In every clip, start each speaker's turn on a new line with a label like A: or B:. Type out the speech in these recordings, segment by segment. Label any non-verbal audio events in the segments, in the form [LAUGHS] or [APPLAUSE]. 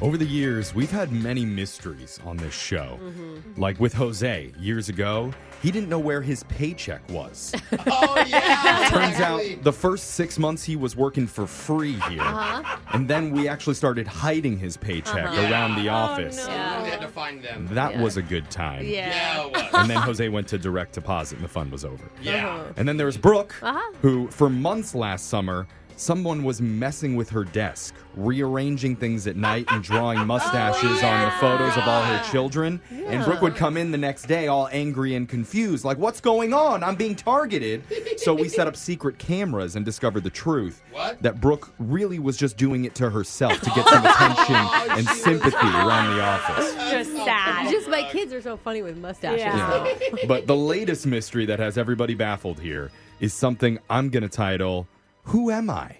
A: Over the years, we've had many mysteries on this show. Like with Jose years ago, he didn't know where his paycheck was.
B: Oh yeah. [LAUGHS]
A: Turns out the first six months he was working for free here. And then we actually started hiding his paycheck around the office.
B: We had to find them.
A: That was a good time.
B: Yeah. it was.
A: [LAUGHS] And then Jose went to direct deposit and the fun was over.
B: Yeah.
A: And then there was Brooke, who for months last summer, someone was messing with her desk, rearranging things at night and drawing mustaches on the photos of all her children. And Brooke would come in the next day all angry and confused, like, What's going on? I'm being targeted. so we set up secret cameras and discovered the truth
B: What?
A: that Brooke really was just doing it to herself to get some
B: [LAUGHS]
A: attention and
B: Oh, she was-
A: sympathy
B: [LAUGHS]
A: around the office.
C: Just sad.
D: Just my kids are so funny with mustaches.
C: Yeah.
D: [LAUGHS]
A: Yeah. but the latest mystery that has everybody baffled here is something I'm going to title Who Am I?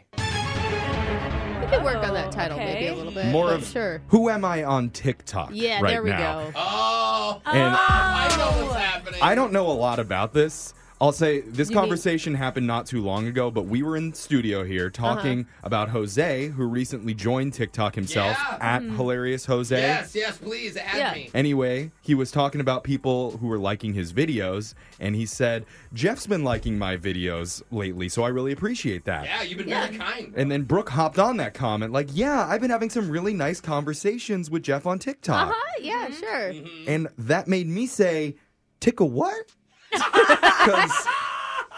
D: We could work on that title maybe
C: okay.
D: a little bit. [LAUGHS]
A: More
D: but
A: of
D: Uh, sure.
A: Who Am I on TikTok?
D: Yeah,
A: right
D: there we
A: now.
D: go.
B: Oh.
A: And
B: I know what's happening.
A: I don't know a lot about this. I'll say this
D: You mean-
A: conversation happened not too long ago, but we were in studio here talking
D: Uh-huh.
A: about Jose, who recently joined TikTok himself
B: Yeah.
A: at
D: Mm-hmm.
A: Hilarious Jose.
B: Yes. Yes. Please add
D: Yeah.
B: me.
A: Anyway, he was talking about people who were liking his videos, and he said, Jeff's been liking my videos lately, so I really appreciate that.
B: Yeah. You've been
D: Yeah.
B: very kind.
A: And then Brooke hopped on that comment, like, yeah, I've been having some really nice conversations with Jeff on TikTok.
D: Uh
C: Uh-huh.
D: huh. Yeah, sure.
A: And that made me say, tickle what?
C: [LAUGHS]
A: Because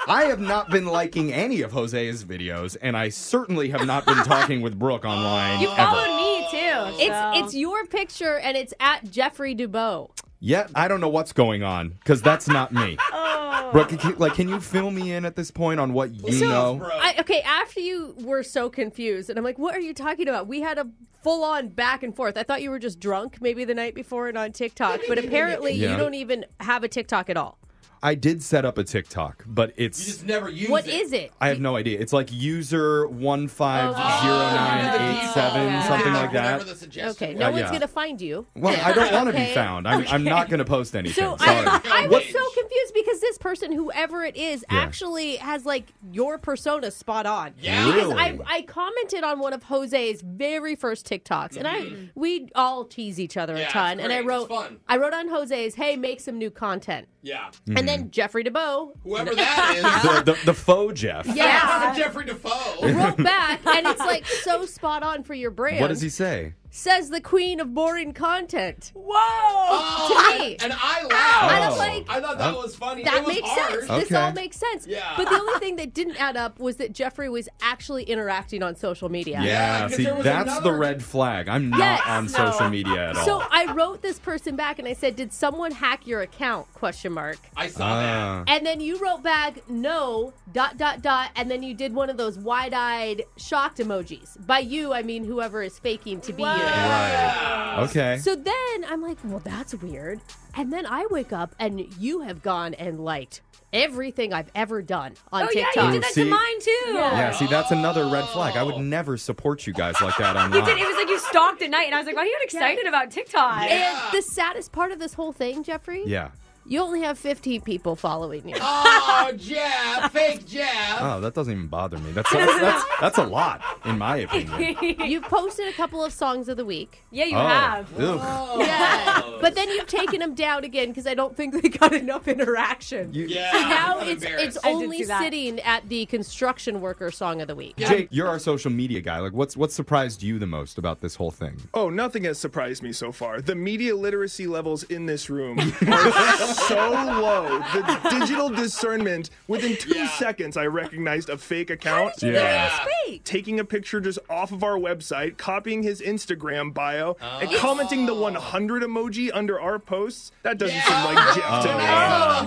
A: I have not been liking any of Jose's videos, and I certainly have not been talking with Brooke online
C: You
A: ever.
C: followed me too.
D: It's it's your picture and it's at Jeffrey Dubow.
A: Yet I don't know what's going on because that's not
B: [LAUGHS]
A: me.
B: Oh.
A: Brooke, can, like, can you fill me in at this point on what you know?
B: Bro.
D: I, okay, after you were so confused, and I'm like, what are you talking about? We had a full on back and forth. I thought you were just drunk maybe the night before and on TikTok, [LAUGHS] but apparently
A: Yeah.
D: you don't even have a TikTok at all.
A: I did set up a TikTok, but
B: you
A: it's
B: just never use
D: What
B: it.
D: is it?
A: I have no idea. It's like user one five
B: Oh,
A: zero nine eight seven,
D: Yeah.
A: something like
B: Whatever
A: that.
B: the suggestion
D: Okay,
B: was.
D: no
A: Uh,
D: one's
A: yeah.
D: going to find you.
A: Well, I don't want to be
D: Okay.
A: found. I'm, I'm not going to post anything.
D: So
A: Sorry.
D: I, I was
B: Outrage.
D: so confused because this person, whoever it is,
A: Yeah.
D: actually has like your persona spot on.
B: Yeah.
D: Because I,
A: Really?
D: I commented on one of Jose's very first TikToks, and I we all tease each other
B: Mm-hmm. Yeah,
D: a
B: it's
D: ton. And
B: great.
D: I
B: It's
D: wrote
B: fun.
D: I wrote on Jose's, hey, make some new content,
B: Yeah.
D: and
A: Mm-hmm.
D: then Jeffrey DeBow [LAUGHS]
B: Whoever that is.
A: the, the, the faux Jeff.
D: yeah.
B: Jeffrey Defoe.
A: [LAUGHS]
D: wrote back, and it's like so spot on for your brand.
A: What does he say?
D: says? The queen of boring content.
C: Whoa.
B: Oh,
D: to me.
B: And I
D: And
B: laughed.
D: I'm like,
B: I thought that was funny.
D: That
B: it was
D: makes
B: hard.
D: sense. This all
A: Okay.
D: makes sense.
B: Yeah.
D: But the only thing that didn't add up was that Jeffrey was actually interacting on social media.
B: Yeah, 'cause
A: see,
B: there was
A: that's the
B: another-
A: red flag. I'm not
D: Yes.
A: on social media at all.
B: [LAUGHS]
D: So I wrote this person back and I said, "Did someone hack your account?" question mark.
B: I saw that.
A: Ah.
D: And then you wrote back, "No, dot dot dot," and then you did one of those wide-eyed shocked emojis. By you, I mean whoever is faking to be you.
A: right. Okay.
D: So then I'm like, well, that's weird. And then I wake up and you have gone and liked everything I've ever done on
C: Oh yeah,
D: TikTok.
C: you
A: Ooh,
C: did that
A: see?
C: to mine too.
A: yeah, see, that's another red flag. I would never support you guys like
C: [LAUGHS]
A: that online.
C: You did. It was like you stalked at night, and I was like, "Why are you excited about TikTok?"
B: Yeah.
D: And the saddest part of this whole thing, Jeffrey,
A: yeah.
D: you only have 15 people following you.
B: Oh, Jeff. Fake Jeff.
A: Oh, that doesn't even bother me.
C: [LAUGHS]
A: That's that's that's, that's a lot, in my opinion.
D: You've posted a couple of songs of the week.
C: [LAUGHS] yeah, you
A: oh,
C: have.
A: ugh.
B: Oh.
D: Yeah. but then you've taken them down again because I don't think they got enough interaction.
A: You-
B: Yeah.
D: So now
B: I'm
D: it's
B: embarrassed.
D: it's
C: I did
D: only
C: see that.
D: sitting at the construction worker song of the week.
A: Jake, you're our social media guy. Like, what's what surprised you the most about this whole thing?
E: Oh, nothing has surprised me so far. The media literacy levels in this
B: [LAUGHS]
E: room are so low. The digital discernment within two
B: Yeah.
E: seconds, I recognized a fake account.
A: you Yeah.
C: That was fake.
E: Taking a picture just off of our website, copying his Instagram bio, and
B: Oh.
E: commenting the 100 emoji under our posts. That doesn't
B: Yeah.
E: seem like Jeff to
B: Oh,
E: me.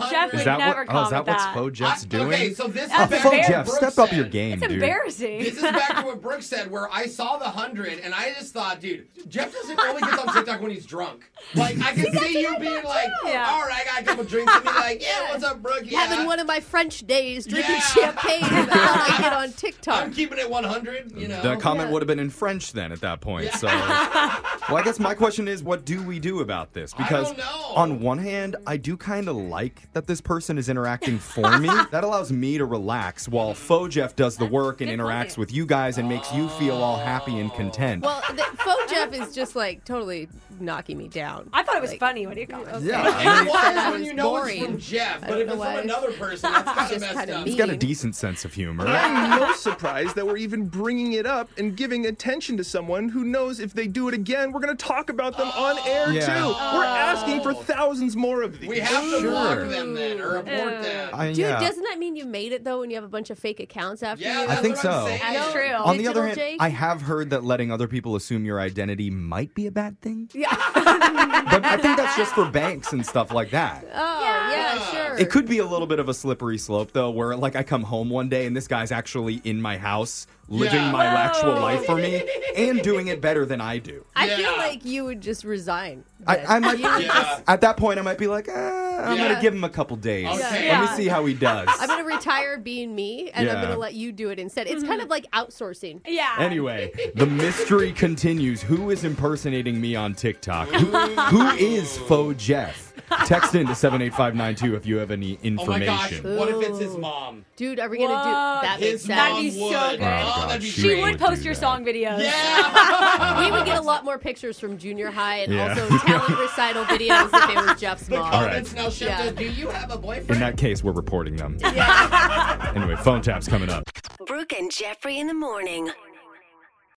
C: Oh, Jeff
B: Is
C: would
A: that
C: never
A: what? Oh,
C: comment
A: is that, what's
C: that.
A: faux Jeff's
B: I-
A: doing?
B: Okay, so this
A: oh,
B: is back
A: faux
B: to what
A: Jeff,
B: Brooke
A: step up
B: said.
A: your game,
C: It's
A: dude.
C: embarrassing.
B: This is back to what Brooke said, where I saw the hundred, and I just thought, dude, Jeff doesn't only gets on TikTok when he's drunk. Like I can see you being like,
C: Yeah.
B: all right, I had a couple drinks and be like, yeah, what's up, Brooke? Yeah.
D: Having one of my French days, drinking
B: Yeah.
D: champagne about what I
B: [LAUGHS]
D: did on TikTok.
B: I'm keeping it 100, you know.
A: The comment
D: yeah.
A: would have been in French then at that point. So, well, I guess my question is, what do we do about this? Because
B: don't know.
A: on one hand, I do kind of like that this person is interacting for me. That allows me to relax while Faux Jeff does the work and
C: good
A: interacts
C: point.
A: with you guys and makes you feel all happy and content.
D: Well, the, Faux Jeff is just like totally knocking me down.
C: I thought it was funny. What do you call it?
A: yeah, I
B: It's
A: mean,
B: wild
D: That
B: when
D: was
B: you know it's
D: boring.
B: from Jeff,
D: don't
B: but if
D: know
B: it's
D: why.
B: from another person,
D: [LAUGHS]
B: that's kind of
D: Just
B: messed
D: kinda
B: up.
A: he's got a decent sense of humor.
E: I'm most surprised that we're even bringing it up and giving attention to someone who knows if they do it again, we're going to talk about them on air
A: Yeah.
E: too. We're asking for thousands more of these.
B: We have to
A: Sure.
B: block them then or abort them.
A: I,
D: Dude,
A: yeah.
D: doesn't that mean you made it though when you have a bunch of fake accounts after
B: yeah,
D: you?
B: that's
A: I think
B: what
A: so.
B: I'm saying.
C: That's true.
A: on the other
D: Digital
A: hand,
D: Jake?
A: I have heard that letting other people assume your identity might be a bad thing.
C: Yeah.
A: But I think that's just for banks and stuff like that.
D: Oh, yeah, sure.
A: It could be a little bit of a slippery slope though, where like I come home one day and this guy's actually in my house living
B: Yeah.
A: my
C: Whoa.
A: actual life for me and doing it better than I do.
D: I
B: Yeah.
D: feel like you would just resign. then.
A: I, I might
D: You-
B: Yeah.
A: at that point I might be like, eh, I'm
B: Yeah.
A: gonna give him a couple days.
B: Okay.
A: Let me
C: Yeah.
A: see
B: [LAUGHS]
A: how he does.
D: I'm gonna retire being me, and I'm
A: Yeah.
D: gonna let you do it instead. It's kind of like outsourcing.
C: yeah.
A: Anyway, the mystery continues. Who is impersonating me on
B: [LAUGHS]
A: TikTok? Who, who is faux Jeff? Text in to 78592 if you have any
B: Oh my gosh,
A: information.
B: what if it's his mom?
D: Dude, are we gonna do
C: Whoa.
D: that? Makes
B: His
D: sense.
C: That'd
B: mom
C: be
B: would.
C: so
B: Oh,
C: good.
A: God,
B: that'd be
A: she
C: She
B: great.
A: would
C: would
A: do
C: post your
A: that.
C: song videos.
B: Yeah.
D: we would get a lot more pictures from junior high and
A: Yeah.
D: also talent recital videos if it was Jeff's
A: [LAUGHS]
D: mom.
A: All right.
B: Let's now shift
D: Yeah.
B: to, do you have a boyfriend?
A: In that case, we're reporting them. Anyway, phone tap's coming up.
F: Brooke and Jeffrey in the morning.